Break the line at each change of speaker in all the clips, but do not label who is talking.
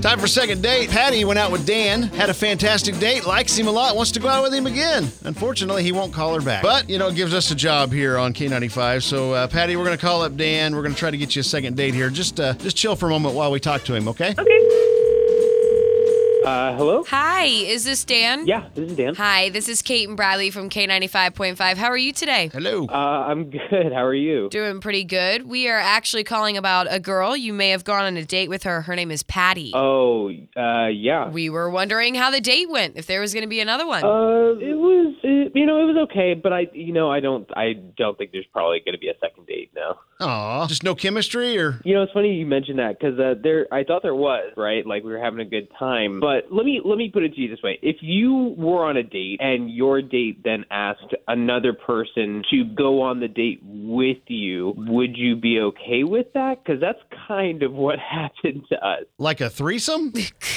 Time for second date. Patty went out with Dan, had a fantastic date, likes him a lot, wants to go out with him again. Unfortunately, he won't call her back. But, you know, it gives us a job here on K95. So, uh, Patty, we're going to call up Dan. We're going to try to get you a second date here. Just uh, just chill for a moment while we talk to him, okay?
Okay. Uh, hello?
Hi, is this Dan?
Yeah, this is Dan.
Hi, this is Kate and Bradley from K95.5. How are you today?
Hello.
Uh, I'm good. How are you?
Doing pretty good. We are actually calling about a girl. You may have gone on a date with her. Her name is Patty.
Oh, uh, yeah.
We were wondering how the date went, if there was going to be another one.
Uh, it was, it, you know, it was okay, but I, you know, I don't, I don't think there's probably going to be a second date now.
Aw. Just no chemistry or?
You know, it's funny you mentioned that because uh, there, I thought there was, right? Like we were having a good time. But let me let me put it to you this way: if you were on a date and your date then asked another person to go on the date with you, would you be okay with that? Because that's kind of what happened to us.
Like a threesome?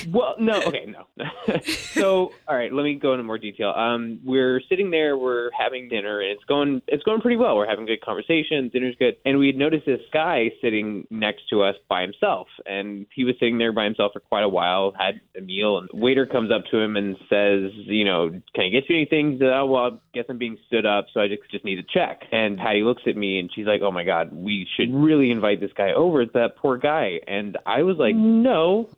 Well, no, okay, no. so, all right, let me go into more detail. Um, we're sitting there, we're having dinner, and it's going, it's going pretty well. We're having good conversation, dinner's good, and we had noticed this guy sitting next to us by himself, and he was sitting there by himself for quite a while. Had a meal, and the waiter comes up to him and says, you know, can I get you anything? He said, oh, well, I guess I'm being stood up, so I just just need a check. And Patty looks at me, and she's like, oh my god, we should really invite this guy over. It's that poor guy. And I was like, no.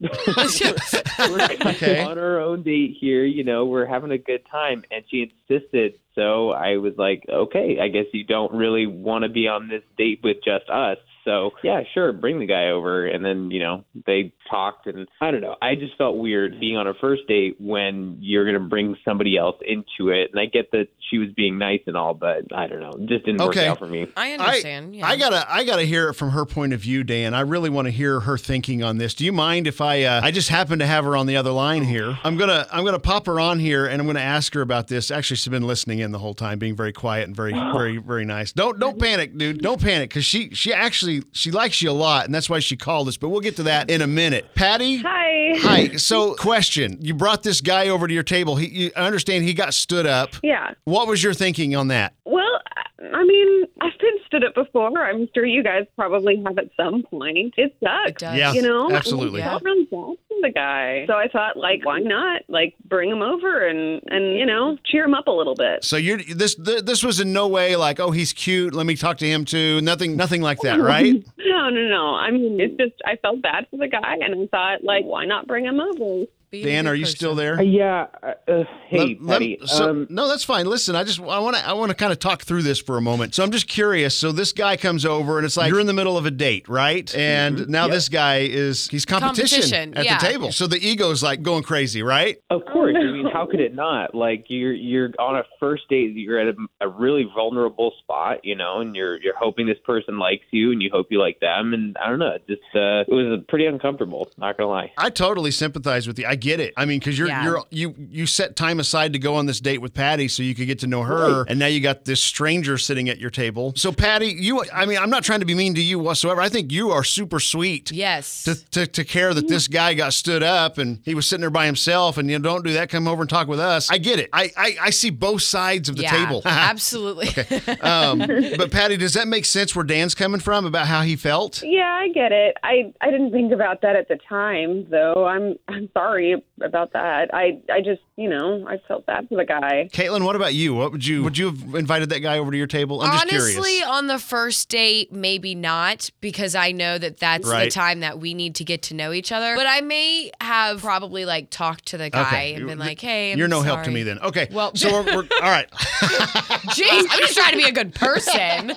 we're kind of
Okay.
on our own date here. You know, we're having a good time. And she insisted. So I was like, okay, I guess you don't really want to be on this date with just us. So yeah, sure, bring the guy over. And then, you know, they talked. And I don't know. I just felt weird being on a first date when you're going to bring somebody else into it. And I get that she was being nice and all, but I don't know. It just didn't
Okay.
work out for me.
I understand. yeah.
I gotta, I gotta hear it from her point of view, Dan. I really want to hear her thinking on this. Do you mind if I, uh, I just happen to have her on the other line here. I'm gonna, I'm gonna pop her on here, and I'm gonna ask her about this. Actually, she's been listening in the whole time, being very quiet and very, very, very nice. Don't, don't panic, dude. Don't panic, because she, she actually, she likes you a lot, and that's why she called us. But we'll get to that in a minute. Patty.
Hi.
Hi. So, question: You brought this guy over to your table. He, you, I understand he got stood up.
Yeah.
What was your thinking on that?
Well, I- I mean, I've been stood up before. I'm sure you guys probably have at some point. It sucks.
It does.
Yeah.
You know,
absolutely.
I felt really bad for the guy. So I thought, like, why not? Like, bring him over and and you know, cheer him up a little bit.
So you're this th- this was in no way like oh he's cute let me talk to him too nothing nothing like that right
No, no, no. I mean, it's just I felt bad for the guy, and I thought, like, why not bring him over?
Be a
Dan
good
are you
person.
still there
Uh, yeah. Uh, uh, hey,
Let- let-
Patty.
so-
um,
no that's fine listen I just I want to I want to kind of talk through this for a moment so I'm just curious so this guy comes over and it's like you're in the middle of a date right and now
Yep.
this guy is he's competition,
Competition,
at
yeah.
the table so the ego's like going crazy right
Of course. I mean,
no.
how could it not? Like you're you're on a first date, you're at a, a really vulnerable spot, you know, and you're you're hoping this person likes you, and you hope you like them, and I don't know, it just uh, it was pretty uncomfortable. Not gonna lie.
I totally sympathize with you I get it I mean because you're
Yeah.
you're you you set time aside to go on this date with Patty so you could get to know her and now you got this stranger sitting at your table so Patty you I mean I'm not trying to be mean to you whatsoever I think you are super sweet
Yes.
to, to, to care that this guy got stood up and he was sitting there by himself and you know, don't do that come over and talk with us i get it i i, I see both sides of the
yeah,
table
absolutely.
um, but patty does that make sense where dan's coming from about how he felt
Yeah, I get it. I I didn't think about that at the time, though. I'm I'm sorry about that. I I just you know I felt bad for the guy.
caitlin what about you what would you would you have invited that guy over to your table i'm just
Honestly,
curious
on the first date, maybe not, because I know that that's
Right.
the time that we need to get to know each other. But I may have probably like talked to the guy and been like, "Hey, I'm
you're no help to
sorry."
me then okay well
Well-
so we're, we're all right
Jeez, I'm just trying to be a good person.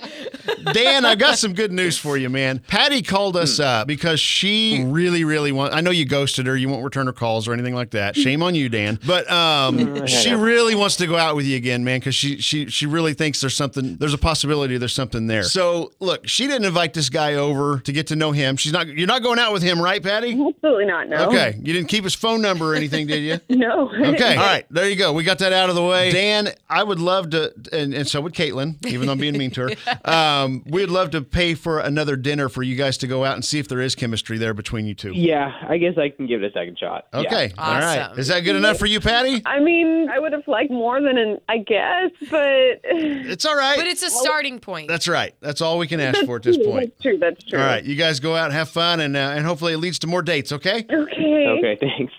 Dan, I got some good news for you, man. Patty called us up because she really, really want. I know you ghosted her. You won't return her calls or anything like that. Shame on you, Dan. But um, she really wants to go out with you again, man, because she she she really thinks there's something. There's a possibility there's something there. So look, she didn't invite this guy over to get to know him. She's not. You're not going out with him, right, Patty?
Absolutely not. No.
Okay. You didn't keep his phone number or anything, did you?
No.
Okay. All right. There you go. We got that out of the way. Dan, I would love to, and, and so would Caitlin, even though I'm being mean to her. Um, we'd love to pay for another dinner for you guys to go out and see if there is chemistry there between you two.
Yeah, I guess I can give it a second shot. Yeah.
Okay. All right.
Awesome.
Is that good enough for you, Patty?
I mean, I would have liked more than an, I guess, but
It's all right.
But it's a starting point.
That's right. That's all we can ask for at this point.
That's true. That's
All
true.
right. You guys go out and have fun, and uh, and hopefully it leads to more dates. Okay.
Okay.
Okay, thanks.